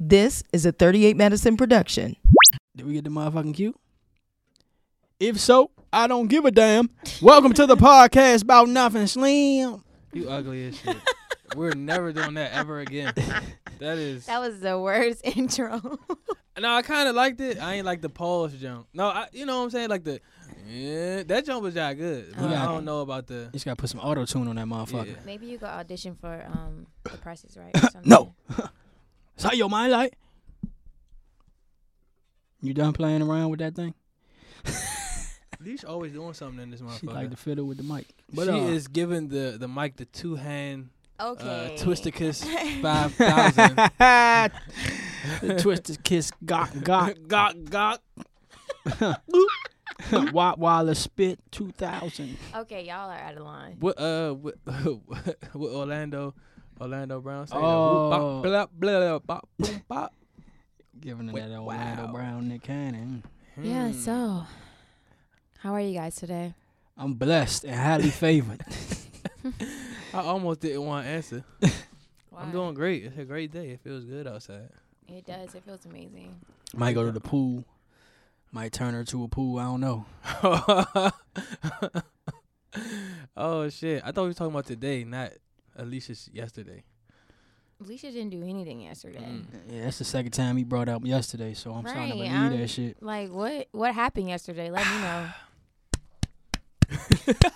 This is a 38 Medicine production. Did we get the motherfucking cue? If so, I don't give a damn. Welcome to the podcast about nothing slim. You ugly as shit. We're never doing that ever again. That is. That was the worst intro. no, I kind of liked it. I ain't like the pause jump. No, I, you know what I'm saying? Like the. Yeah, that jump was y'all good. But I Yeah. don't know about the. You just gotta put some auto tune on that motherfucker. Yeah. Maybe you could audition for um The Price is Right. Or something. No. So your mind like? You done playing around with that thing? Leash always doing something in this motherfucker. She She, like to fiddle with the mic. But uh, is giving the the mic the two hand uh, Okay. twisticus five thousand. the twisted kiss, gawk gawk Gawk gawk. Watt Waller spit two thousand. Okay, y'all are out of line. What uh what, what Orlando Orlando Brown saying? Oh. Bop, blah, blah, bop, boom, bop. Giving her Wait, that Orlando wow. Brown Nick Cannon. Yeah. Hmm. So, how are you guys today? I'm blessed and highly favored. Hmm. I almost didn't want to answer. Why? I'm doing great. It's a great day. It feels good outside. It does. It feels amazing. Might go to the pool. Might turn her to a pool. I don't know. oh shit! I thought we were talking about today, not Alicia's yesterday. Alicia didn't do anything yesterday. Mm. Yeah, that's the second time he brought up yesterday, so I'm starting to Right, believe I'm- that shit. Like what? What happened yesterday? Let me know.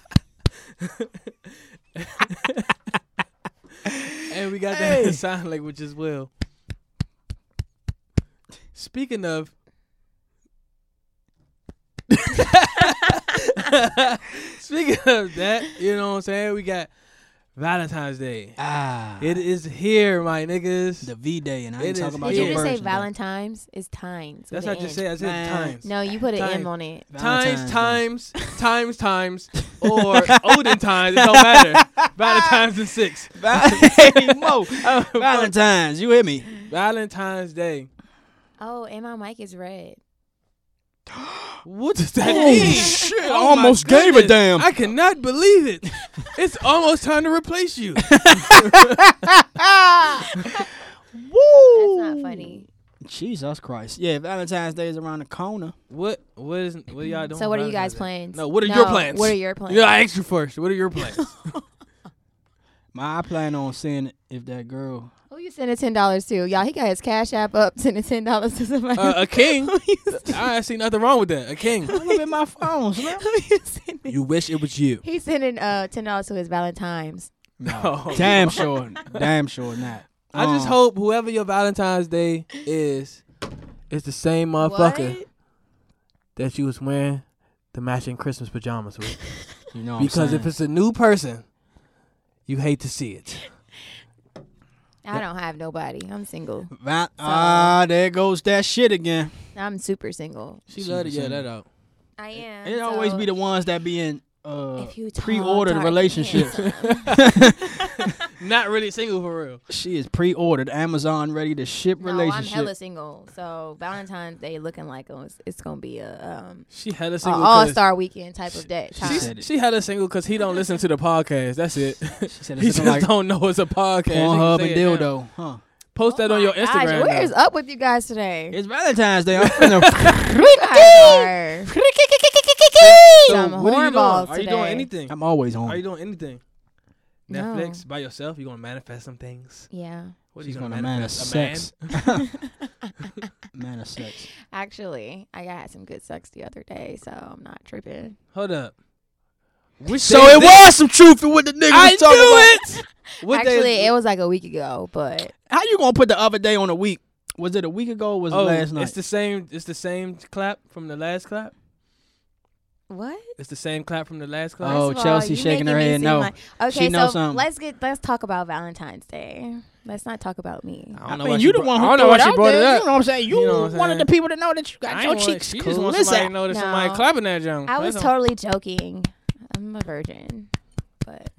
And we got Hey. that sign language as well. Speaking of. Speaking of that, you know what I'm saying? We got Valentine's Day. Ah, It is here, my niggas. the V Day, and I It ain't is talking about Did here. your you just version. say though. Valentine's? It's times. with That's an what I just N. said. I said Man. times. No, you put an Time. M on it. Valentine's Times, Day. times, times, times, or Odin times. It don't matter. Valentine's and six. Val- hey, Mo, Valentine's, you hear me? Valentine's Day. Oh, and my mic is red. What does that Oh, mean? shit, I my almost gave a goodness. damn. I cannot believe it. It's almost time to replace you. Ah! That's Woo! not funny. Jesus Christ. Yeah, Valentine's Day is around the corner. What? What is? What are y'all doing? So, what are Valentine's you guys' Day? plans? No. What are your plans? What are your plans? Yeah, I asked you first. What are your plans? My I plan on seeing if that girl. Who you sending ten dollars to? Y'all, he got his cash app up, sending ten dollars to somebody. uh, a king. Who you I ain't see nothing wrong with that. A king. I'm in my phone. Slim. who you sending? You wish it was you. He's sending uh ten dollars to his Valentine's. No. Damn sure. Damn sure not. I just Um, hope whoever your Valentine's Day is, it's the same motherfucker that you was wearing the matching Christmas pajamas with. You know what because I'm if it's a new person, you hate to see it. I don't have nobody. I'm single. Val- ah, there goes that shit again. I'm super single. She love to yell that out. I am. It always be the ones that be in uh, If you tall, pre-ordered dark, and relationships. Not really single for real. she is pre-ordered, Amazon ready to ship No, I'm relationship. hella single. So Valentine's Day looking like it's, it's gonna be a um She had a a single. all star weekend type of day. she time. said- She had a single because he don't listen to the podcast. That's it. she said he it's just like don't know it's a podcast. She can Pornhub say and it now. dildo, huh? Post that Oh on your my gosh, Instagram. What though. is up with you guys today? It's Valentine's Day. I'm finna. You guys are some what are you doing? hornballs Are you doing today. anything? I'm always on. Are you doing anything? No. Netflix by yourself. You gonna manifest some things. Yeah, What She's you gonna, gonna man of manifest? A man? sex. Man of sex. actually, I had some good sex the other day, so I'm not tripping. Hold up. Which So day is it this? was some truth in what the nigga I was talking about. knew it. What day is actually, it? it was like a week ago, but How you gonna put the other day on a week? Was it a week ago? Or was it Oh, last night? it's the same. It's the same clap from the last clap. what? It's the same clap from the last clap. Oh, First of all, Chelsea you shaking her making me head seem no. like- okay, She knows so something. let's get let's talk about Valentine's Day. Let's not talk about me. I I don't know. mean, why you she the brought- one who I don't know threw why it she out brought there. it You know up. what I'm saying? You, You know what I'm one of the saying? people that know that you got I your ain't want- cheeks she cool. just wants Listen, somebody to know that somebody No. clapping that junk. I That's was all. totally joking. I'm a virgin, but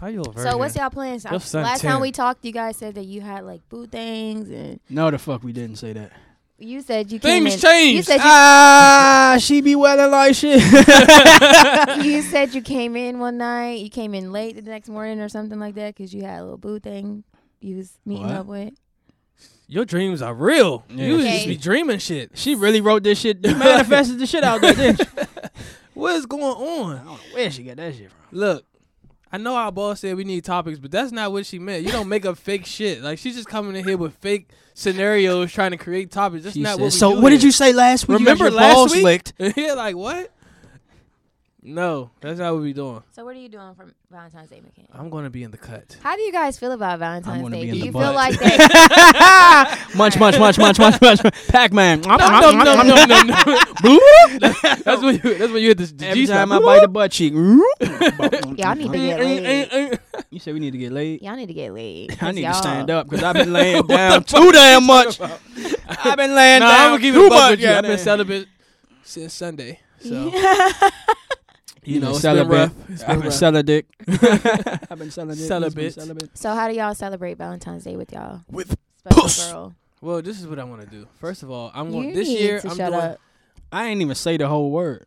How you a so virgin? what's y'all plans? I- Your son Last 10. time we talked, you guys said that you had like boo things, and No, the fuck, we didn't say that. you said you came Things in- change. You said you Ah, she be wearing like shit. Ah. you said you came in one night. You came in late the next morning or something like that because you had a little boo thing you was meeting What? up with. Your dreams are real. Yeah. You just Okay. be dreaming shit. She really wrote this shit. You manifested the shit out there, didn't you? What is going I on? don't know where she got that shit from. Look, I know our boss said we need topics, but that's not what she meant. You don't make up fake shit. Like she's just coming in here with fake scenarios, trying to create topics. That's not what. We so do what did here. you say last week? remember you got your last balls week? licked. yeah, like what? No, that's not what we doing. So what are you doing for Valentine's Day, McCann? I'm gonna be in the cut. How do you guys feel about Valentine's gonna Day? Uh, be Do in the you butt. feel like that? Munch, munch, munch, munch, munch, munch. Pac-Man. no, no, no, no, no, no. that's when you. That's when you hit the, the Every G Mm, time I spot. bite the butt cheek. y'all need to get laid. You said we need to get laid. Y'all need to get laid. I 'cause need y'all- to stand up because I've been laying down too damn much. I've been laying Nah, down I'm gonna keep too it buck much. with you. I've been goddamn. celibate since Sunday, so you You've know been it's been celibate. rough. It's I've been been rough. celibate. I've been celibate. Celibate. So how do y'all celebrate Valentine's Day with y'all With special puss. girl? Well, this is what I want to do. First of all, I'm going you this need year. to I'm shut doing up. I ain't even say the whole word.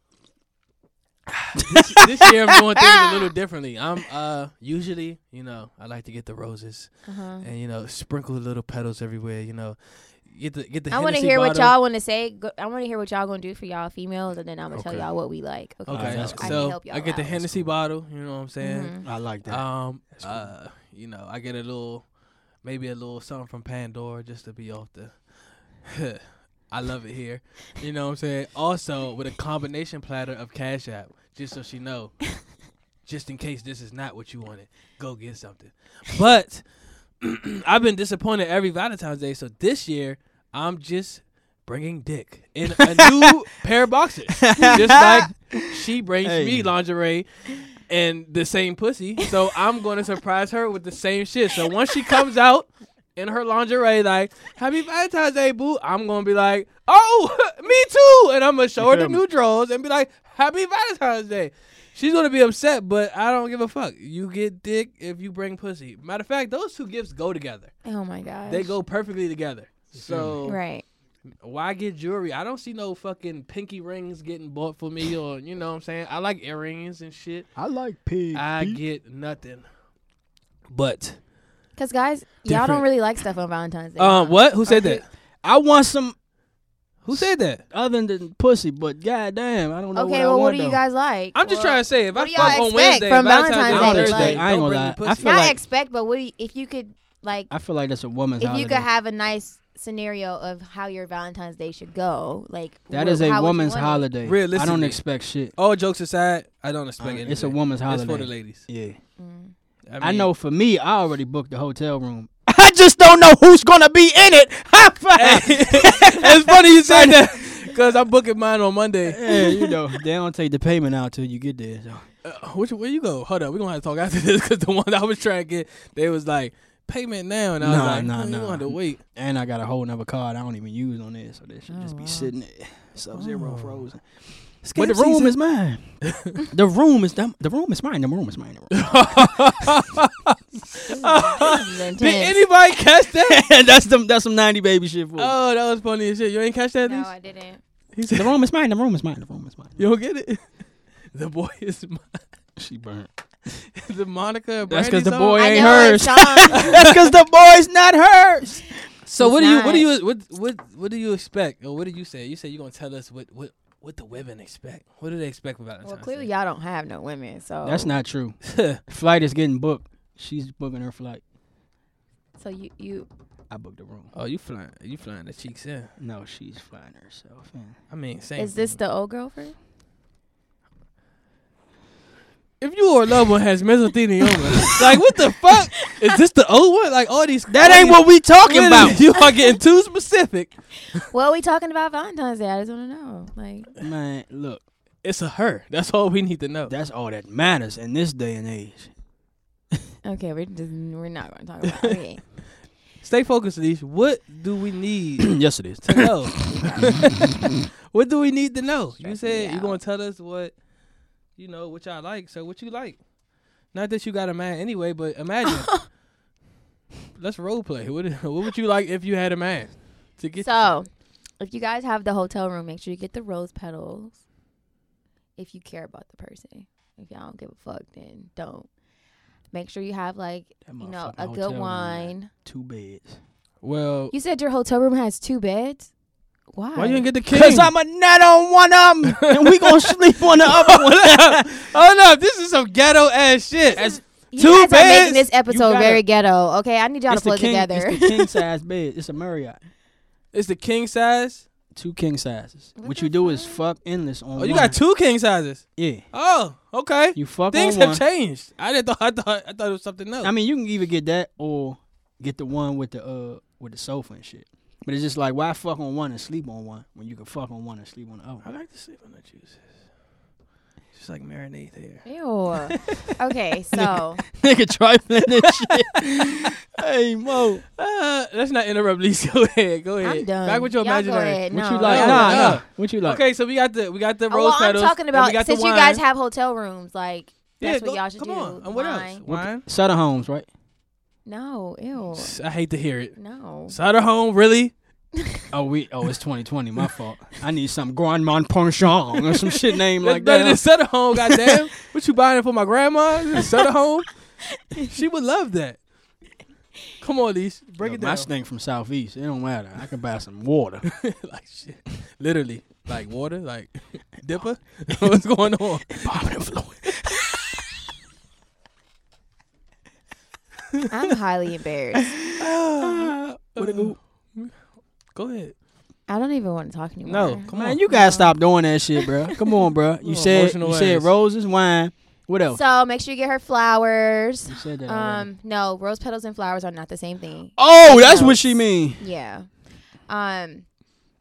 this year. I'm doing things a little differently. I'm uh usually, you know, I like to get the roses Uh-huh. and you know sprinkle the little petals everywhere. You know, get the get the. I want to Hennessy hear what bottle. y'all want to say. Go, I want to hear what y'all gonna do for y'all females, and then I'm gonna Okay. tell y'all what we like. Okay, Okay, Alright, that's so cool. I so can help y'all. I get the out. Hennessy bottle. You know what I'm saying? Mhm. I like that. Um, That's cool. uh, you know, I get a little, maybe a little something from Pandora just to be off the. I love it here. You know what I'm saying? Also, with a combination platter of Cash App, just so she know, just in case this is not what you wanted, go get something. But I've been disappointed every Valentine's Day, so this year I'm just bringing dick in a new pair of boxers, just like she brings Hey. me lingerie and the same pussy. So I'm going to surprise her with the same shit. So once she comes out in her lingerie, like "Happy Valentine's Day, boo," I'm going to be like, "Oh, me too," and I'm gonna show her the feel me? new drawers and be like, "Happy Valentine's Day." She's gonna be upset, but I don't give a fuck. You get dick if you bring pussy. Matter of fact, those two gifts go together. Oh my god. They go perfectly together. So right. why get jewelry? I don't see no fucking pinky rings getting bought for me or you know what I'm saying? I like earrings and shit. I like pig. I get nothing. But Because guys, y'all Different. don't really like stuff on Valentine's Day. Uh, um huh? what? Who said that? I want some Who said that? other than pussy, but goddamn, I don't know. Okay, what I well, what want, do you though. guys like? I'm just Well, trying to say if I what do y'all fuck on expect Wednesday, from Valentine's Day, Valentine's Day? Thursday, Like, I ain't gonna lie. I feel not like- expect, but what do you, if you could like I feel like that's a woman's if holiday. you could have a nice scenario of how your Valentine's Day should go, like that wh- is a how would you woman's want it? holiday. I don't Realistically. expect shit. All jokes aside, I don't expect anything. Uh, It's a woman's It's holiday. for the ladies. Yeah. Mm. I mean, know for me, I already booked the hotel room. I just don't know who's gonna be in it. High five. it's funny you said that because I'm booking mine on Monday. yeah, you know they don't take the payment out till you get there. So. Uh, which where you go? Hold up, we are gonna have to talk after this because the one I was trying to get, they was like payment now, and I was Nah, like, nah, nah, nah. you want to wait? And I got a whole nother card I don't even use on there, so that should Oh, just be wow. sitting there. Sub zero Oh. frozen. Scam But the room season. is mine. the room is the, the room is mine. The room is mine. The room. This is Did intense. anybody catch that? that's them. That's some ninety baby shit for. oh, that was funny as shit. You ain't catch that? No, Lisa? I didn't. He the said, room is mine. The room is mine. The room is mine. you don't get it. The boy is mine. She burnt. the Monica. and That's 'cause Brandy the song? boy- It I ain't know hers. it's Sean. That's because the boy's not hers. So It's what do you what not. do you what what what do you expect or what did you say? You said you gonna tell us what what what the women expect. What do they expect from Valentine's? well, clearly y'all don't have no women, so That's not true. Day? Flight is getting booked. She's booking her flight. So you you I booked the room. oh, you flying you flying the cheeks in. No, she's flying herself in. I mean, same. is this thing. the old girlfriend? if you or a loved one has mesothelioma, like what the fuck is this the old one? Like all these That ain't what we talking about. You are getting too specific. Well, we talking about Valentine's Day. I just want to know, like, Man, look, It's a her. That's all we need to know. that's all that matters in this day and age. okay, we're just we're not going to talk about. Okay, Stay focused, Leash. What do we need yes, it is. to know? what do we need to know? You Stressing me said you out. gonna tell us what you know what y'all like. So what you like? Not that you got a man anyway, but imagine. Let's role play. What what would you like if you had a man to get? so if you guys have the hotel room, make sure you get the rose petals. If you care about the person, if y'all don't give a fuck, then don't. Make sure you have like you know a good wine. Two beds. Well, You said your hotel room has two beds. Why? why you didn't get the king? Cause I'm a nut on one of them, and we gonna sleep on the other one. Hold up, this is some ghetto ass shit. That's- you two guys are beds? making this episode gotta- very ghetto. Okay, I need y'all It's to pull the it king. together. It's the king size bed. It's a Marriott. it's the king size. Two king sizes. What, What you the do is fuck fuck? endless on. Oh, you one. got two king sizes. Yeah. Oh, okay. You fuck Things on have one. changed. I didn't thought I thought I thought it was something else. I mean, you can either get that or get the one with the uh with the sofa and shit. But it's just like why fuck on one and sleep on one when you can fuck on one and sleep on the other. I like to sleep on the juices. Just like marinate there. Ew. okay, so Nigga trifling and shit. hey Mo, Uh, let's not interrupt Lisa. Go ahead. Go ahead. I'm done. Back with your Y'all go imaginary. ahead. what No, you like? y'all no, Nah, go no. ahead. nah. What you like? Okay, so we got the we got the Oh, rose well, petals. I'm talking and we about got the since you guys wine. have hotel rooms, like Yeah, that's go- what y'all should come do. on. And what else? Wine. Wine. Sutter Homes, right? No, ew, I hate to hear it. no. Sutter home, really? Oh, we. Oh, it's 2020. My fault. I need some Grand Monpenchon or some shit name That's like better than that. Sutter home. Goddamn. what you buying it for my grandma? Is it Sutter home. she would love that. Come on, Lise. Break Yo, it down. My stink from Southeast. It don't matter. I can buy some water. like shit. Literally. Like water. Like dipper. What's going on? Vomit fluid. I'm highly embarrassed. What a go. Go ahead. I don't even want to talk anymore. No, come Man, on. you gotta stop doing that shit, bro. Come on, bro. You Little said emotional you said ass. roses, wine. What else? So make sure you get her flowers. You said that already. Um, no, rose petals and flowers are not the same thing. Oh, that's what else. she mean. Yeah. Um,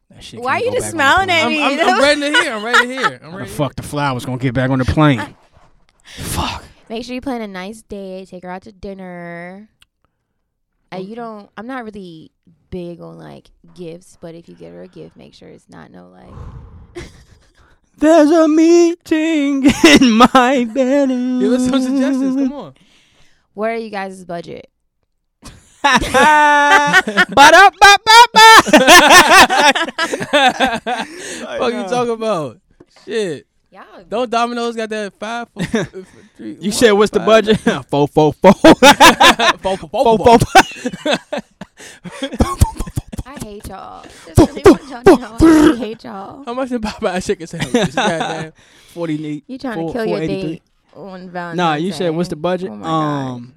That shit Why can't you go just back on smiling the at I'm, me? I'm, I'm ready to hear. I'm ready to hear. I'm plane. How the ready. to fuck the flowers gonna get back on the plane? fuck. make sure you plan a nice day. Take her out to dinner. Uh, you don't. I'm not really big on like gifts, but if you get her a gift, make sure it's not no like. There's a meeting in my bedroom. hear. Give us some suggestions. Come on. What are you guys' budget? Ba-da, ba, ba, ba. Fuck you talking about? Shit. Yeah. Don't Domino's got that five? Four, f- three, You one, said what's the five? budget? Fo fo fo. Fo Four, four, fo four, four. fo. I hate y'all. Just really want y'all to know I really hate y'all. How much did Popeye chicken sandwiches? Goddamn. Forty eight. You trying Four- to kill your 483. date on Valentine's? Nah, you said what's the Day. budget? Oh my God. um,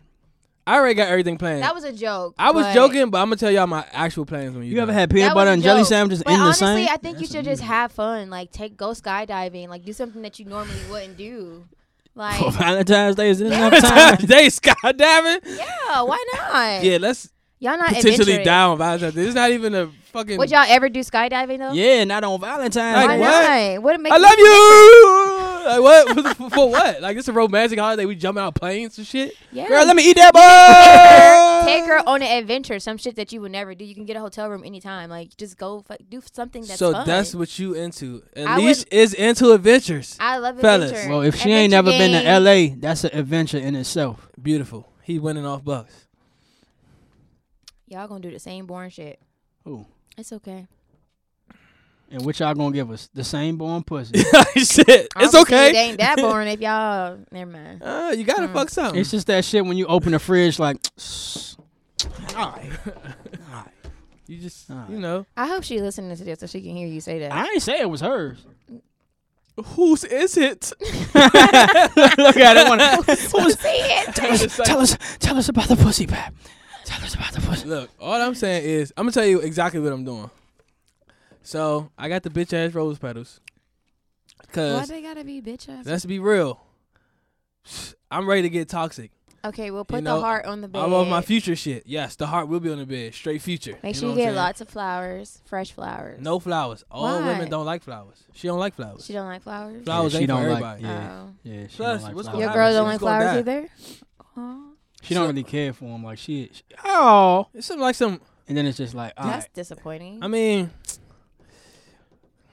I already got everything planned. That was a joke. I was but- joking, but I'm gonna tell y'all my actual plans when you. you ever done. had peanut That butter was a and jelly joke. sandwiches But in the honestly, same? I think you should just have fun. Like, take go skydiving. Like, do something that you normally wouldn't do. Like, For Valentine's Day is it enough time? Valentine's Day skydiving? yeah, why not? Yeah, let's Y'all not potentially adventurous. die on Valentine's Day. It's not even a fucking. Would y'all ever do skydiving though? Yeah, not on Valentine's. Why Like, Day. what? not? What make I love you. Like what? For the- for, for what? Like it's a romantic holiday. We jump out of planes and shit. Yeah. Girl, let me eat that bun. take her on an adventure. Some shit that you would never do. You can get a hotel room anytime. Like, just go f- do something that's so fun. that's what you into. At I least is into adventures. I love Fellas. adventure. Well, if she ain't never Adventure been game. to LA, that's an adventure in itself. Beautiful. He winning off bucks. y'all gonna do the same boring shit. Ooh. It's okay. And what y'all gonna give us? The same born pussy. shit. It's Obviously, It okay. ain't that boring if y'all. Never mind. Uh, you gotta Mm. fuck something. it's just that shit when you open the fridge, like. you just Alright. you know I hope she listening to this so she can hear you say that. I ain't say it was hers. whose is it? Look at it. wanna- What was- See it. tell, us, tell us, tell us about the pussy, pap. Tell us about the pussy. Look, all I'm saying is I'm gonna tell you exactly what I'm doing. So I got the bitch ass rose petals. Why Cause they gotta be bitch ass? let's be real, I'm ready to get toxic. Okay, well put know, the heart on the bed. I love my future shit. Yes, the heart will be on the bed. Straight future. Make know sure you what I'm get saying? lots of flowers, fresh flowers. No flowers. All Why? women don't like flowers. She don't like flowers. she don't like flowers. Flowers Yeah, she ain't for don't like- everybody. yeah. Oh. Yeah, she Plus, don't like flowers. what's gonna Your happen? girl don't She's like gonna flowers die. either. Aw. She don't really care for him. Like she, she- oh, It's something like some. and then it's just like, uh, all That's right. disappointing. I mean,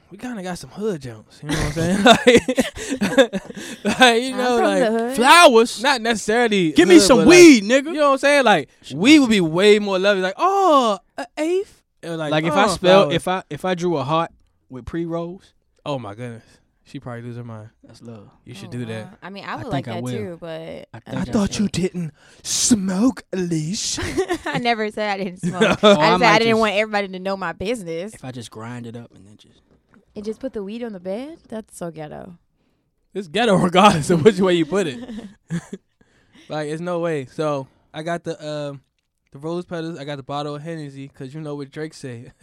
we kind of got some hood jumps. You know what I'm saying? like, like, you I'm know, from like the hood. flowers. not necessarily. Give me hood, but, some like, weed, nigga. you know what I'm saying? Like we would be way more loving. Like oh, an eighth. Or like, like if I oh, spell, flowers. if I if I drew a heart with pre rolls, oh my goodness, she probably lose her mind. That's love. You should Oh, do that. wow. I mean, I would think like I that will. too, but I I'm think I just thought saying. didn't smoke, Alish. I never said I didn't smoke. No. I Oh, said I, might didn't just- want everybody to know my business. If I just grind it up and then just And just put the weed on the bed? That's so ghetto. It's ghetto regardless of which way you put it. Like it's no way. So I got the um the rose petals. I got the bottle of Hennessy because you know what Drake said.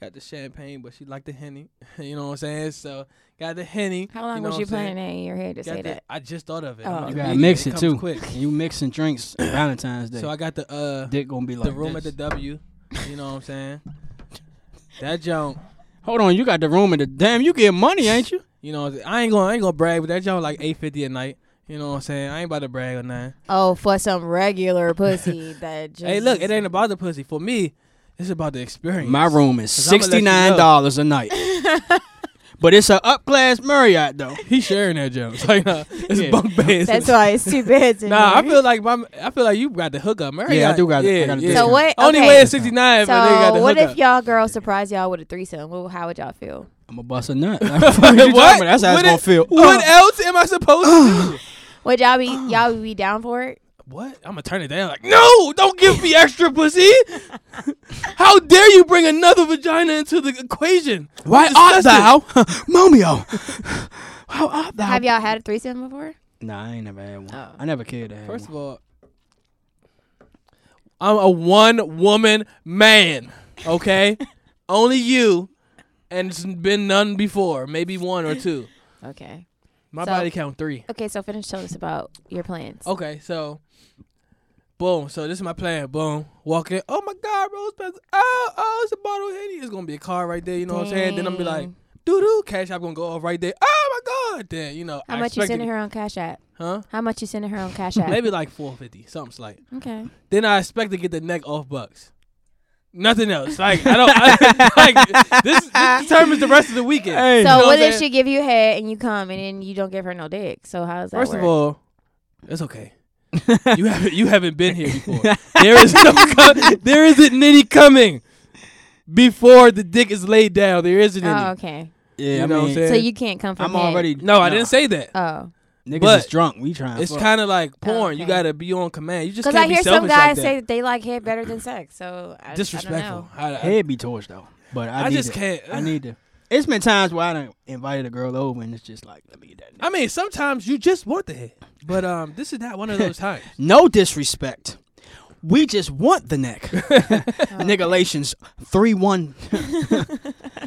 got the champagne, but she liked the henny. you know what I'm saying? So got the henny. How long you know was what you I'm saying? playing that in your head to Got say the- that? I just thought of it. Oh. I'm you like, gotta man, mix it comes too. Quick. And you mixing drinks on Valentine's Day. So I got the uh Dick gonna be like the room this. at the W. You know what I'm saying? that junk. Hold on, you got the room at the damn. You get money, ain't you? You know, what I'm saying? I ain't gonna I ain't gonna brag, but that junk like eight fifty at night. You know what I'm saying? I ain't about to brag or nothing. Oh, for some regular pussy that just. Hey, look, it ain't about the pussy. For me, it's about the experience. My room is 'Cause I'ma let sixty you nine dollars a night, but it's a up class Marriott though. He sharing that jump. So, you uh, know, it's Yeah. bunk beds. That's why it's two beds. In nah, I here. feel like my I feel like you got the hookup. Mary Yeah, I got- do got- I got a So what? Only okay. way is sixty nine. but they got So the what hookup. if y'all girls surprise y'all with a threesome? Well, how would y'all feel? I'm a bust a nut. What? you talking about? That's how it's What gonna if- feel. Uh, What else am I supposed to do? Would y'all be y'all be down for it? What? I'm gonna turn it down. Like, no, don't give me extra pussy. How dare you bring another vagina into the equation? Why art Disgusting. thou, Momio? How art thou? Have y'all had a threesome before? Nah, I ain't never had one. Oh. I never cared to have First one. of all, I'm a one woman man. Okay, only you, and it's been none before. Maybe one or two. Oh, Okay. My So- body count three. Okay, so finish telling us about your plans. Okay, so boom. So this is my plan. Boom. Walk in. Oh my God, Rose Petals. Oh, oh, it's a bottle of Henny. It's gonna be a car right there. You know what I'm saying? Then I'm be like, Dang. doo doo. Cash app gonna go off right there. Oh my God. Then you know. how I much you expected- sending her on Cash App? Huh? How much you sending her on Cash App? Maybe like four fifty, something slight. Okay. then I expect to get the neck off bucks. Nothing else. Like I don't I, like this, this determines the rest of the weekend. Hey. You know So what I'm if saying? she give you head and you come and then you don't give her no dick? So how does that First work? of all, it's okay. you haven't you haven't been here before. There is no co- there isn't any coming before the dick is laid down. There isn't any. oh, okay. yeah, you I know what I'm mean, saying? So you can't come from I'm head. already. no, I didn't say that. Oh, Niggas but is drunk. We trying. it's fuck. kind of like porn. You okay. gotta be on command. You just because can't I be hear some selfish guys like that. say that they like head better than sex. So I, I don't disrespectful. know. I, I, head be torched though. But I, I need just to- can't. I need to. It's been times where I done invited a girl over and it's just like, let me get that. I mean, sometimes you just want the hit, but um, this is not one of those times. No disrespect. We just want the neck. Oh. Nigalations three one.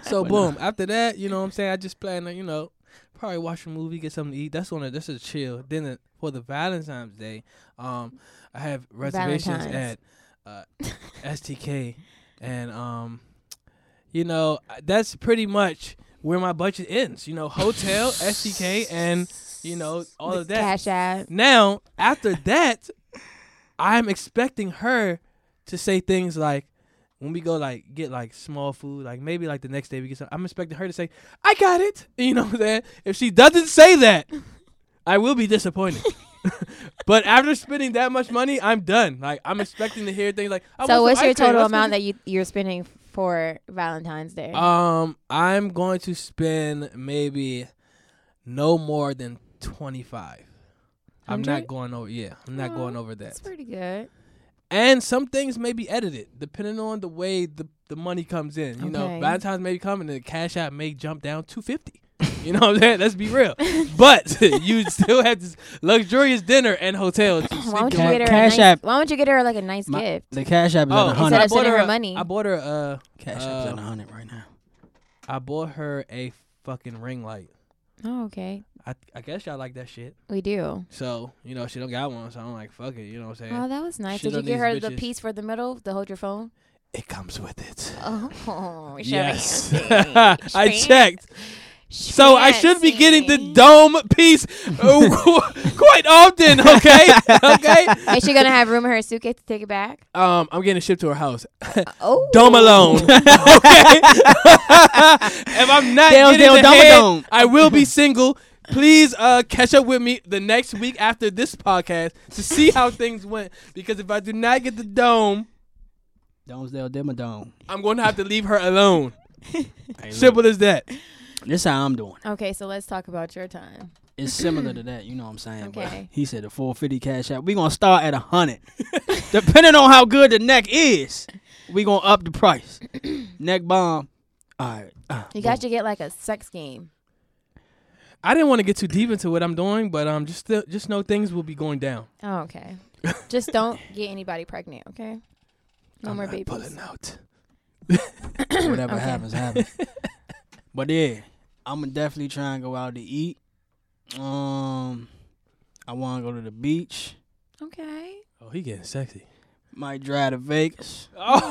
So boom. After that, you know what I'm saying? I just plan to, you know, probably watch a movie, get something to eat. That's one of this is chill. Then uh, for the Valentine's Day, um, I have reservations Valentine's. at uh, STK, and um, you know that's pretty much where my budget ends. You know, hotel, STK, and you know all of that. Cash App. Now, after that, I'm expecting her to say things like, when we go like get like small food, like maybe like the next day we get some. I'm expecting her to say, "I got it." You know what I'm saying? If she doesn't say that, I will be disappointed. but after spending that much money, I'm done. Like I'm expecting to hear things like, I So want what's some your ice cream. total Let's amount go that you you're spending for Valentine's Day? get-" Um, I'm going to spend maybe no more than twenty five. I'm not Hundred? going over. Yeah, I'm not Aw, going over that. That's pretty good. and some things may be edited depending on the way the, the money comes in. You know, Okay. Valentine's may be coming, and the cash app may jump down two fifty. You know what I'm saying? Let's be real. But you still have this luxurious dinner and hotel. To Why sleep don't you Ca- in. get her Cash a nice, App. Why don't you get her like a nice My- gift? The cash app is Oh, at a Instead I hundred. of bought sending her. her a- money. I bought her. Uh, Cash app's at uh, a hundred right now. I bought her a fucking ring light. Oh, okay. I I guess y'all like that shit. We do. So you know she don't got one, so I'm like fuck it. You know what I'm saying? Oh, that was nice. Shit Did you on get these her the bitches. piece for the middle to hold your phone? it comes with it. Oh, Yes, fancy. I checked. So I should be getting the dome piece uh, quite often, okay? okay. Is she gonna have room in her suitcase to take it back? Um, I'm getting it shipped to her house. Oh, Dome alone. okay. if I'm not Dale, getting Dale, the Dome head, Dome. I will be single. Please uh, catch up with me the next week after this podcast to see how things went. Because if I do not get the dome, Domesdale Dimmadome. I'm going to have to leave her alone. Hey, look, Simple as that. This is how I'm doing. Okay, so let's talk about your time. It's similar to that, you know what I'm saying? but Okay. He said the 450 cash out. We gonna start at a hundred, depending on how good the neck is. We gonna up the price. neck bomb. All right. ah, boom. You guys should get like a sex game. I didn't want to get too deep into what I'm doing, but um, just th- just know things will be going down. Oh, okay. Just don't get anybody pregnant, okay? No I'm more not babies. Pulling out. Whatever Okay. happens, happens. but yeah, I'm gonna definitely try and go out to eat. Um, I want to go to the beach. Okay. Oh, he getting sexy. Might drive to Vegas. Oh,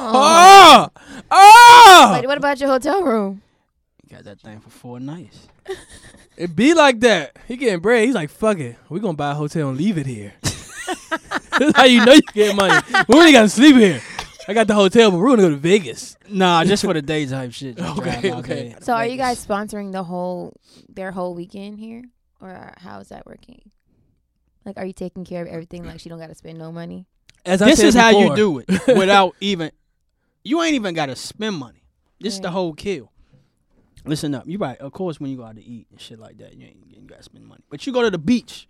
oh, oh! Wait, what about your hotel room? Got that thing for four nights. It be like that. He getting bread. He's like, fuck it. We gonna buy a hotel and leave it here. That's how you know you get money. We really gotta sleep here. I got the hotel, but we're gonna go to Vegas. Nah, just for the day type shit. Just Okay, drive out okay. there. So are you Vegas. guys sponsoring the whole their whole weekend here, or how is that working? Like, are you taking care of everything? Like, she don't got to spend no money. As I This said is how you before, do it without even. You ain't even gotta spend money. This is the Right. whole kill. Listen up. You right. Of course, when you go out to eat and shit like that, you ain't you gotta spend money. But you go to the beach.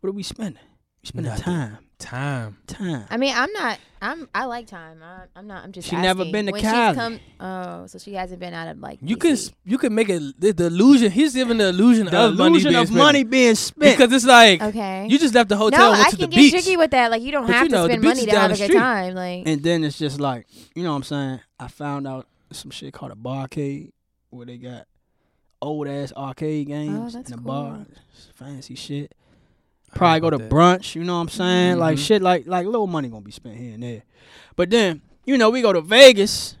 What are we spending? We spending Nothing. time. Time. Time. I mean, I'm not. I'm. I like time. I, I'm not. I'm just. She never asking. been to when Cali. She's come, oh, so she hasn't been out of like. You DC. could s- you could make it the, the illusion. He's giving the illusion The of money illusion being of spent. money being spent. because it's like Okay. you just left the hotel no, and went I to can the get beach. jiggy with that. Like, you don't But have you know, the to spend beach is money to down have the a good street. time. Like, and then it's just like, you know what I'm saying? I found out some shit called a barcade where they got old ass arcade games Oh, that's in the cool. bar. It's fancy shit. I Probably go heard to about that. brunch, you know what I'm saying? Like Mhm. shit like like little money gonna be spent here and there. But then, you know, we go to Vegas,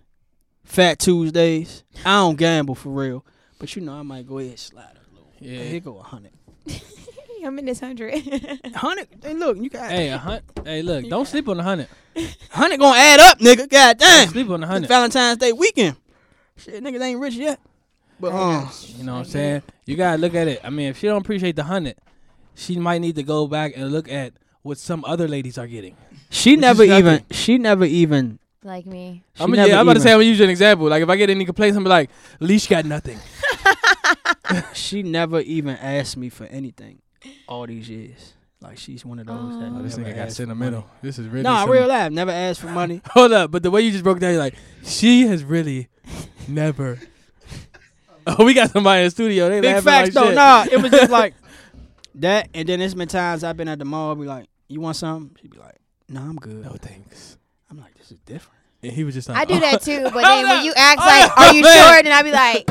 Fat Tuesdays. I don't gamble for real. But you know, I might go ahead and slide a little. Yeah. Here go a hundred. I'm in this hundred. Hundred hey look, you got Hey, a hun- hey, look! Don't sleep on the hundred. hundred gonna add up, nigga. God Don't damn. sleep on the It's hundred. Valentine's Day weekend. Shit, niggas ain't rich yet. But um, Oh, You know what I'm I saying? You gotta look at it. I mean, if she don't appreciate the hundred, she might need to go back and look at what some other ladies are getting. she Which never is nothing. even. She never even. like me. She I'm, never yeah, I'm about to even- say I'm gonna use you an example. Like if I get any complaints, I'm be like, Leash got nothing. She never even asked me for anything. All these years, like she's one of those. that Oh, Oh, this never nigga got asked for sentimental. money. This is really Nah, some- real life. Never asked for money. Hold up, but the way you just broke it down, you're like, she has really never. Oh, we got somebody in the studio. They Big laughing facts like though. shit. Nah, it was just like that. And then there's been times I've been at the mall. Be like, you want something? She'd be like, Nah, I'm good. No thanks. I'm like, this is different. And he was just like, I do that too, but Hold then when up. you act Hold like, up, "Are you man. sure?" then I be like,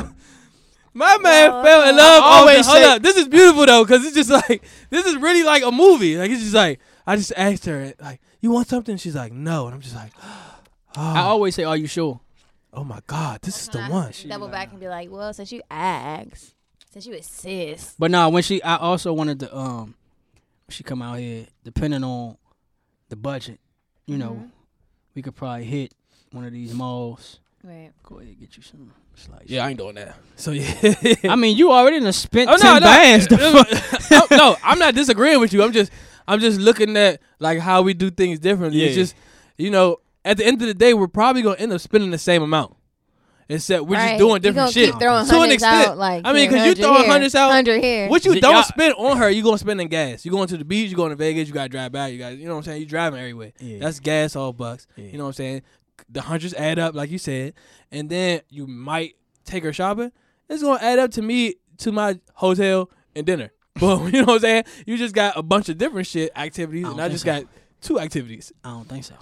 My man Oh. fell in love. I off always the- hold say- up. This is beautiful though, because it's just like this is really like a movie. Like it's just like I just asked her like, "You want something?" She's like, "No," and I'm just like, I "Oh, always say, Are you sure? oh my god, this is the Nah, one." She be double like, back and be like, "Well, since you asked, since you insist." But nah, when she, I also wanted to, um, she come out here. Depending on the budget, you know, Mhm. we could probably hit one of these malls. Right. Go ahead, get you some slice. Yeah, I ain't doing that. So yeah, I mean, you already done spent Oh, no, ten no. bands. The fuck? I'm, no, I'm not disagreeing with you. I'm just, I'm just looking at like how we do things differently. It's Yeah. just, you know, at the end of the day, we're probably gonna end up spending the same amount, except we're just doing different you gonna shit. Keep throwing to an hundreds extent. out, like I mean, here, because you 100 throwing here, hundreds out, hundred here. What you Th- don't y'all- spend on her, you gonna spend in gas. You going to the beach, you going to Vegas, you gotta drive back, you got you know what I'm saying, you driving everywhere. Yeah. That's gas all bucks. Yeah. You know what I'm saying? The hundreds add up, like you said, and then you might take her shopping. It's gonna add up to me to my hotel and dinner. But you know what I'm saying? You just got a bunch of different shit activities, I and don't I think just so. got two activities. I don't think so.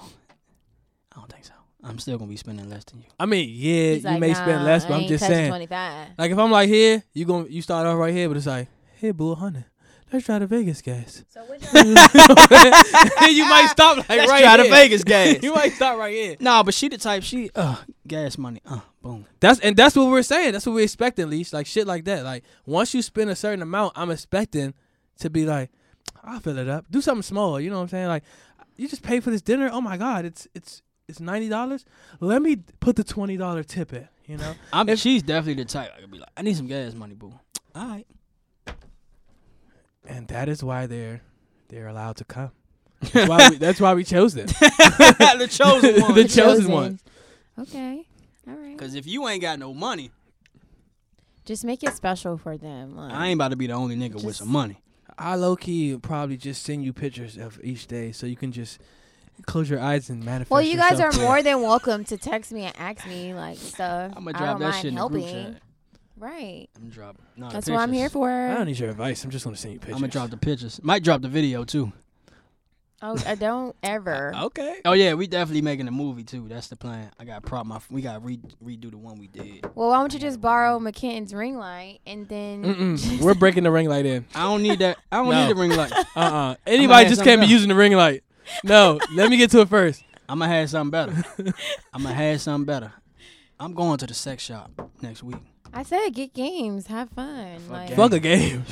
I don't think so. I'm still gonna be spending less than you. I mean, yeah, He's you like, may nah, spend less, I but I'm ain't just touching saying. 25. Like if I'm like here, you going you start off right here, but it's like, hey, boo, honey, let's drive to Vegas, guys. So what's your you might stop like Let's right try the here. Vegas gas. you might stop right here. Nah, but she the type. She uh gas money. Uh boom. That's and that's what we're saying. That's what we're expecting, least like shit like that. Like once you spend a certain amount, I'm expecting to be like, I'll fill it up. Do something small. You know what I'm saying? Like you just pay for this dinner. Oh my god, it's it's it's ninety dollars. Let me put the twenty dollar tip in. You know, I'm, she's definitely the type. I could be like, I need some gas money, boo. All right. and that is why they're they're allowed to come. That's why we, that's why we chose them. the chosen one. The chosen one. Okay. All right. Because if you ain't got no money, Just make it special for them. Like, I ain't about to be the only nigga with Just- some money. I low key probably just send you pictures of each day so you can just close your eyes and manifest. well, you guys are yourself to- more than welcome to text me and ask me like stuff. I'm gonna I drop don't that mind shit in the helping. group chat. Right. I'm dropping. Nah, That's what I'm here for. I don't need your advice. I'm just gonna send you pictures. I'm gonna drop the pictures. Might drop the video too. Oh, I don't ever. Okay. Oh yeah, we definitely making a movie too. That's the plan. I got prop my. We got re- redo the one we did. Well, why don't you just borrow McKinton's ring light and then Mm-mm. just- We're breaking the ring light in. I don't need that. I don't No. need the ring light. Uh uh Anybody have just can't be something using the ring light. No, let me get to it first. I'm gonna have something better. I'm gonna have something better. I'm going to the sex shop next week. I said get games, have fun. like, games. Fuck a game.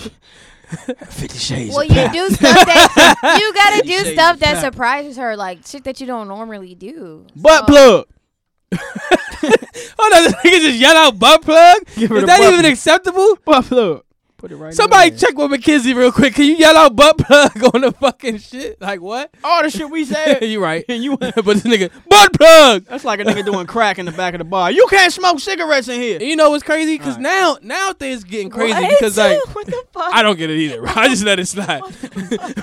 Fifty Shades. well, of you Pink. do stuff that you gotta You do say stuff that that. surprises her, like shit that you don't normally do. butt So- plug. Oh no, this nigga just yell out butt plug. Give her Is the that butt even plug. acceptable? Butt plug. Put it right. Somebody there. check with McKinsey real quick. Can you yell out butt plug on the fucking shit? Like what? all the shit we said. you right. and you. but this nigga butt plug. That's like a nigga doing crack in the back of the bar. You can't smoke cigarettes in here. And you know what's crazy? Because Right. now now things getting crazy What? because like what the fuck? I don't get it either. I just let it slide.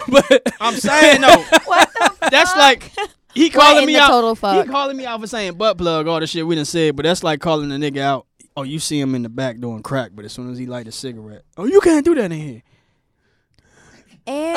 but I'm saying though, what the fuck? that's like he What calling in me the out. total fuck? He calling me out for saying butt plug, all the shit we done said, but that's like calling a nigga out. Oh, you see him in the back doing crack, but as soon as he light a cigarette, oh, you can't do that in here. And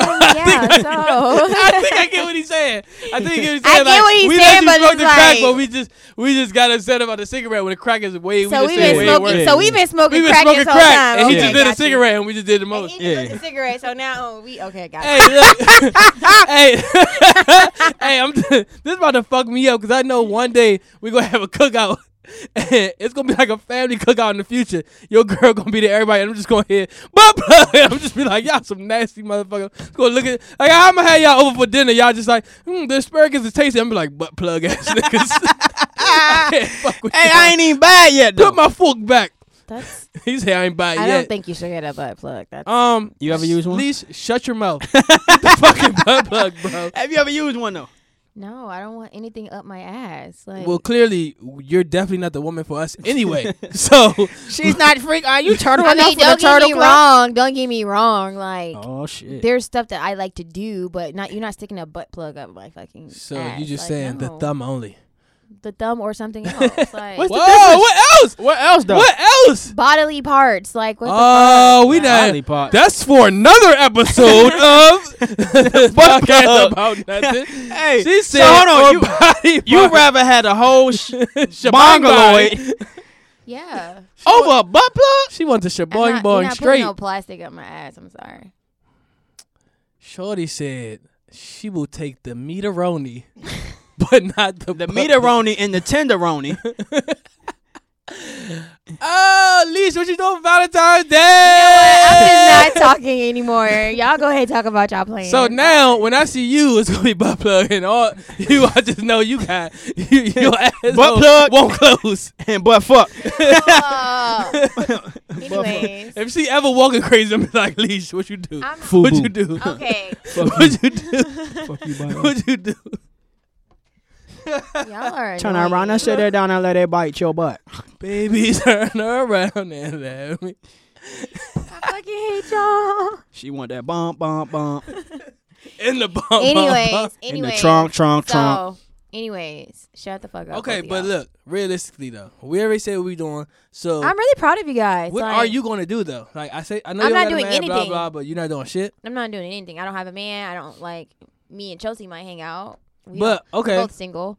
yeah, so I think I get what he's saying. I think he was I saying get like what he's we let saying, but you smoke it's the crack, like- but we just we just got upset about the cigarette when the crack is way. so we just we've said been way smoking. worse. So we've been smoking We've been crack smoking this crack, whole time. and he okay, just did got a you. cigarette, and we just did the And most. he just Yeah. lit the cigarette. So now we okay, got Hey, it. look. hey, hey! I'm this about to fuck me up because I know one day we gonna have a cookout. And it's gonna be like a family cookout in the future. Your girl gonna be there, everybody. and I'm just gonna hear, but I'm just be like, y'all some nasty motherfucker. Just gonna look at like I'm gonna have y'all over for dinner. Y'all just like, hmm, the asparagus is tasty. I'm be like, butt plug ass niggas. I can't fuck with Hey, y'all. I ain't even bad yet though. put my fork back. That's. He said I ain't buy it I yet. don't think you should get a butt plug. That's um, You ever use one? Please shut your mouth. Get the fucking butt plug, bro. Have you ever used one though? no. I don't want anything up my ass. Like Well, clearly you're definitely not the woman for us anyway. so She's not freak. Are you turtle I mean, don't get me wrong. Don't get me wrong. Like Oh shit. there's stuff that I like to do, but not you're not sticking a butt plug up my fucking. so ass. you just Like, saying the no. thumb only. the thumb, or something else. Like What's What's Whoa! the difference? What else? What else though? What else? bodily parts. Like what? Oh, we done. Lollipop. That's for another episode of this Butt podcast plug. about nothing. Hey, She so said, hold on, or you- body you part. rather had a whole sh- Shebang bongaloid bong. the, yeah. over a butt plug? She wants a I'm shaboing not- you're boing not straight. Putting no plastic up my ass. I'm sorry. Shorty said she will take the meteroni, but not the The butt- meteroni and the tenderoni. Oh, Leash, what you doing Valentine's Day? I'm just not talking anymore. Y'all go ahead and talk about y'all playing. So now, when I see you, it's gonna be butt plug and all you. I just know you got you, your ass Butt plug. won't close. and butt fuck. Oh. Anyways, If she ever walking crazy, I'm like, Leash, what you do? I'm what you do? okay. What you do? Fuck you, buddy. What you do? Y'all are Turn annoying. around and sit there down and let it bite your butt. Baby, turn around and let me. I fucking hate y'all. She want that bump, bump, bump. In the bump. bump, bump. Anyways, In the anyways. trunk, trunk, trunk. So, anyways, shut the fuck up. Okay, both of but y'all. look, realistically though, we already said what we doing. So I'm really proud of you guys. what Like, are you gonna do though? Like I say, I know I'm you're not got a doing man, Blah anything. blah, but you're not doing shit. I'm not doing anything. I don't have a man. I don't like me and Chelsea might hang out. We But don't- okay, both single.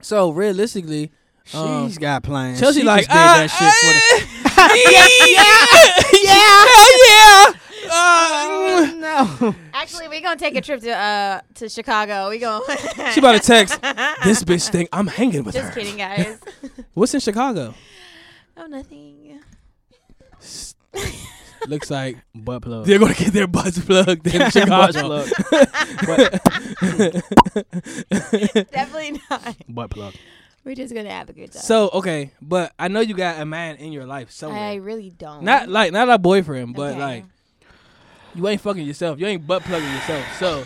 so realistically, um, She's got plans. Chelsea she like ah, just did that shit for the. ah, Uh, yeah, yeah, yeah. no. Actually, we're gonna take a trip to uh to Chicago. We going. she about to text this bitch thing. I'm hanging with her. Just kidding, guys. What's in Chicago? oh, nothing. S- Looks like Butt plug. they're gonna get their butts plugged in butt Chicago. plug. butt, Definitely not. butt plug. We're just gonna have a good time. So okay, but I know you got a man in your life somewhere. I really don't. Not like not a boyfriend, but Okay. like you ain't fucking yourself. You ain't butt plugging yourself. So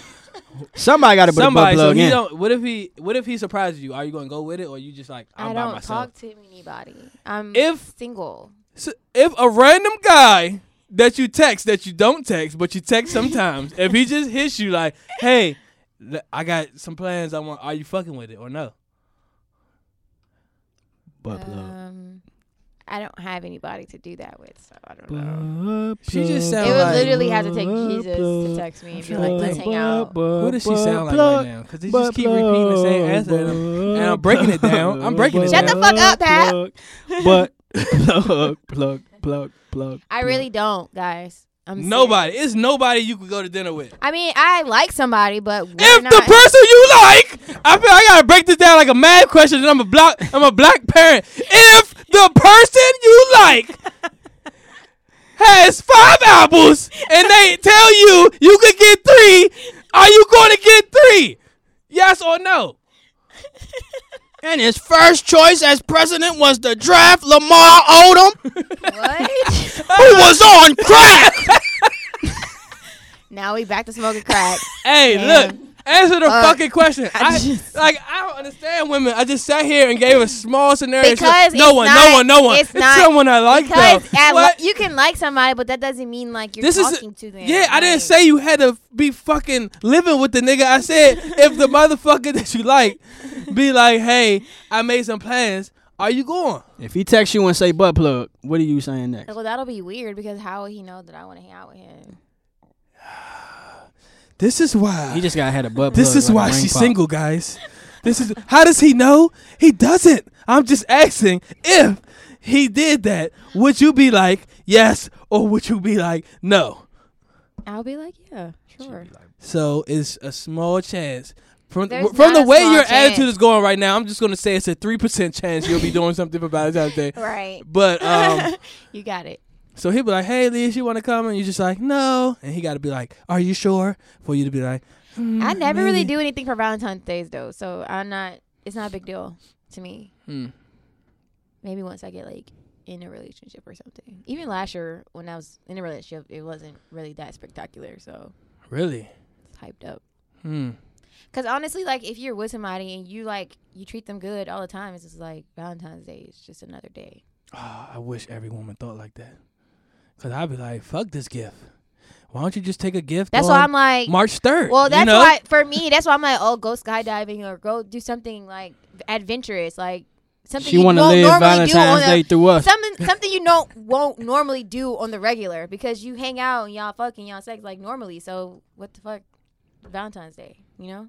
Somebody got to put somebody, a butt so plug he in. don't. What if he? What if he surprises you? Are you gonna go with it, or you just like I'm I by don't myself? talk to anybody. I'm If- single. So if a random guy that you text that you don't text but you text sometimes, if he just hits you like, "Hey, l- I got some plans. I want. Are you fucking with it or no?" Butt plug. Um, I don't have anybody to do that with, so I don't know. Butt She just It sound would like- literally have to take Jesus to text me and be like, let's hang out. What does she sound like right now? Because they just keep repeating the same answer, and I'm, and I'm breaking it down. I'm breaking it Shut the down. fuck up, Pat. But plug, plug, plug, plug. I really don't, guys. I'm Nobody. It's nobody you could go to dinner with. serious. I mean, I like somebody, but we're If not- the person you like, I feel I gotta break this down like a math question. And I'm a black, I'm a black parent. If the person you like has five apples and they tell you you could get three, are you going to get three? Yes or no? And his first choice as president was to draft Lamar Odom, what? who was on crack. now we back to smoking crack. Hey, Damn. look, answer the Fuck. fucking question. I, I just- like I don't understand women. I just sat here and gave a small scenario. She Because said, no it's one, not- no one, no one. it's not- someone I like Because though. at What? li- you can like somebody, but that doesn't mean like you're This is- talking to them. Yeah, I didn't Like, say you had to be fucking living with the nigga. I said if the motherfucker that you like be like, hey, I made some plans. Are you going? If he texts you and say butt plug, what are you saying next? Well, that'll be weird because how would he know that I want to hang out with him? This is why. He just gotta have a butt plug. this is like a why ring she's pop. single, guys. This is how does he know? He doesn't. I'm just asking if he did that, would you be like yes or would you be like no? I'll be like, yeah, sure. So it's a small chance. From There's from the not a way small your chance. attitude is going right now, I'm just gonna say it's a three percent chance you'll be doing something for Valentine's Day. Right. But um, you got it. so he'll be like, "Hey, Liz, you want to come?" And you're just like, "No," and he got to be like, "Are you sure?" For you to be like, "Hmm, Mm, I never really maybe." do anything for Valentine's Days though, so I'm not. It's not a big deal to me. Hmm. Maybe once I get like in a relationship or something. Even last year when I was in a relationship, it wasn't really that spectacular. So Really? it's hyped up. Hmm. Cause honestly, like if you're with somebody and you like you treat them good all the time, it's just like Valentine's Day is just another day. Oh, I wish every woman thought like that. Cause I'd be like, "Fuck this gift. Why don't you just take a gift?" That's on why I'm like, March third. well, that's you know? why for me, that's why I'm like, oh, go skydiving or go do something like adventurous, like something She you want won't to normally live do on Valentine's a, Day through us. something something you know won't normally do on the regular because you hang out and y'all fucking y'all sex like normally. So what the fuck, Valentine's Day, you know?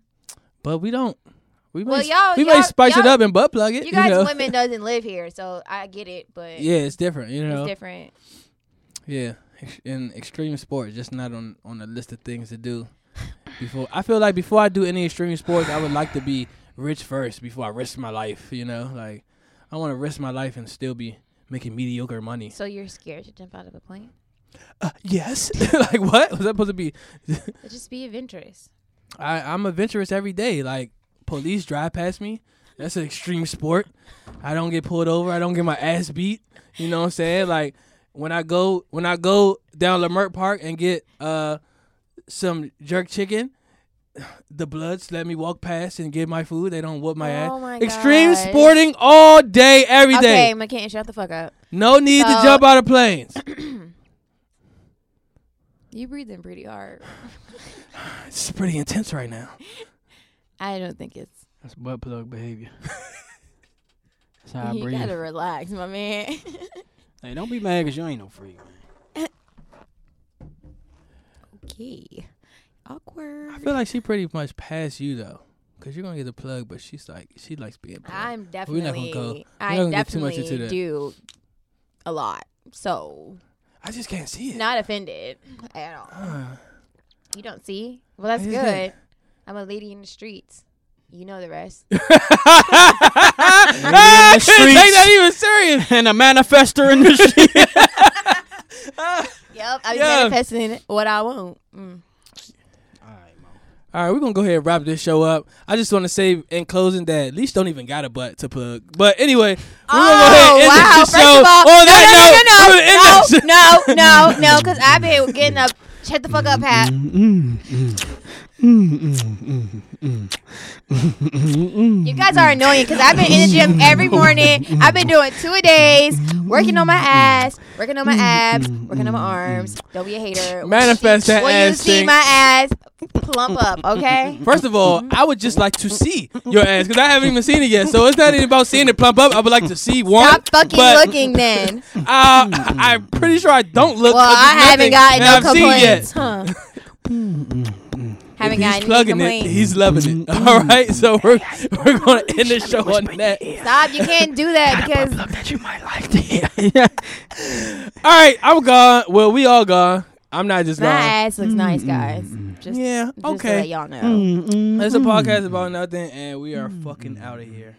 But we don't. We may Well, s- y'all- we may Oh, y'all- spice it y'all- up and butt plug it. You guys, know? women doesn't live here, so I get it, but Yeah, it's different. You know. it's different. Yeah, ex- in extreme sports, just not on on the list of things to do. Before I feel like before I do any extreme sports, I would like to be rich first before I risk my life. You know, like I want to risk my life and still be making mediocre money. So you're scared to jump out of a plane? Uh, yes, like what was that supposed to be? Let's just be adventurous. I I'm adventurous every day. Like police drive past me. That's an extreme sport. I don't get pulled over. I don't get my ass beat. You know what I'm saying? Like when I go when I go down Lamert Park and get uh some jerk chicken, the Bloods let me walk past and get my food. They don't whoop my ass. Oh my Extreme gosh. sporting all day, every day. Okay, McCann, shut the fuck up. No need to So- jump out of planes. You breathing pretty hard. It's pretty intense right now. I don't think it's. That's butt plug behavior. That's how I you breathe. gotta relax, my man. Hey, don't be mad because you ain't no freak. man. okay. Awkward. I feel like she pretty much passed you though, cause you're gonna get the plug, but she's like she likes being. Plugged. I'm We're not gonna go- definitely. I we're not gonna get too much definitely into that. do a lot. So I just can't see it. not offended at all. Uh, You don't see? Well, that's just good. can't- I'm a lady in the streets. You know the rest. the Take that streets. even serious. and a manifester in the street. yep. I'm Yeah. manifesting what I want. Mm. All right, we're gonna go ahead and wrap this show up. I just want to say in closing that at least don't even got a butt to plug. But anyway, we're gonna go ahead and Oh, end wow. this First show of all, on no, that note. we're gonna end this no, show- Mm, no, no, no, no, no, because I've been getting up. Shut the fuck up, Pat. You mm, You guys are annoying because I've been in the gym every morning. I've been doing two a days, working on my Mm, ass, working on my abs, working on my arms. Don't be a hater. Manifest that When you ass see thing. my ass, plump up, okay? First of all, I would just like to see your ass because I haven't even seen it yet. So it's not even about seeing it plump up. I would like to see one. Stop fucking but- looking then. Uh, I'm pretty sure I don't look. Well, up I at nothing haven't gotten that no I've seen complaints, yet. huh? If haven't he's gotten any plugging it. complaints. He's loving it. All right, so we're we're gonna end the show on that. Stop! You can't do that because that you might like to hear. All right, I'm gone. Well, we all gone. I'm not just my gone. ass looks nice, guys. Just, Yeah. just so that Okay. y'all know. Mm, mm, It's a mm. podcast about nothing, and we are fucking out of here.